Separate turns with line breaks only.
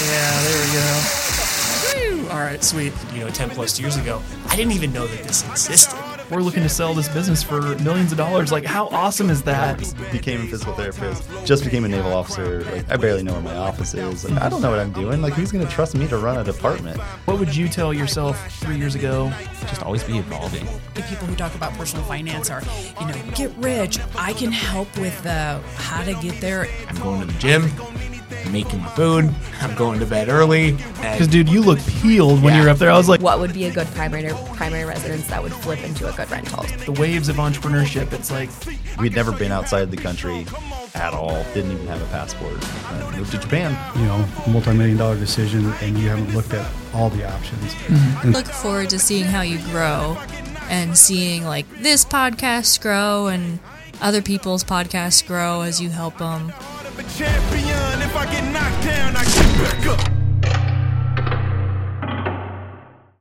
Yeah, there we go. Woo! All right, sweet.
you know, 10 plus years ago, I didn't even know that this existed.
We're looking to sell this business for millions of dollars. Like, how awesome is that?
Became a physical therapist. Just became a naval officer. Like I barely know where my office is. Like I don't know what I'm doing. Like who's gonna trust me to run a department?
What would you tell yourself three years ago?
Just always be evolving.
The people who talk about personal finance are, you know, get rich. I can help with uh, how to get there.
I'm going to the gym. I'm making my food. I'm going to bed early.
Because,
And
dude, you look peeled when you're up there. I was like,
What would be a good primary primary residence that would flip into a good rental?
the waves of entrepreneurship. It's like,
We'd never been outside the country at all. Didn't even have a passport. Uh, moved to Japan.
you know, multi-million dollar decision and you haven't looked at all the options.
Look forward to seeing how you grow and seeing like this podcast grow and other people's podcasts grow as you help them.
champion. If I get knocked down, I get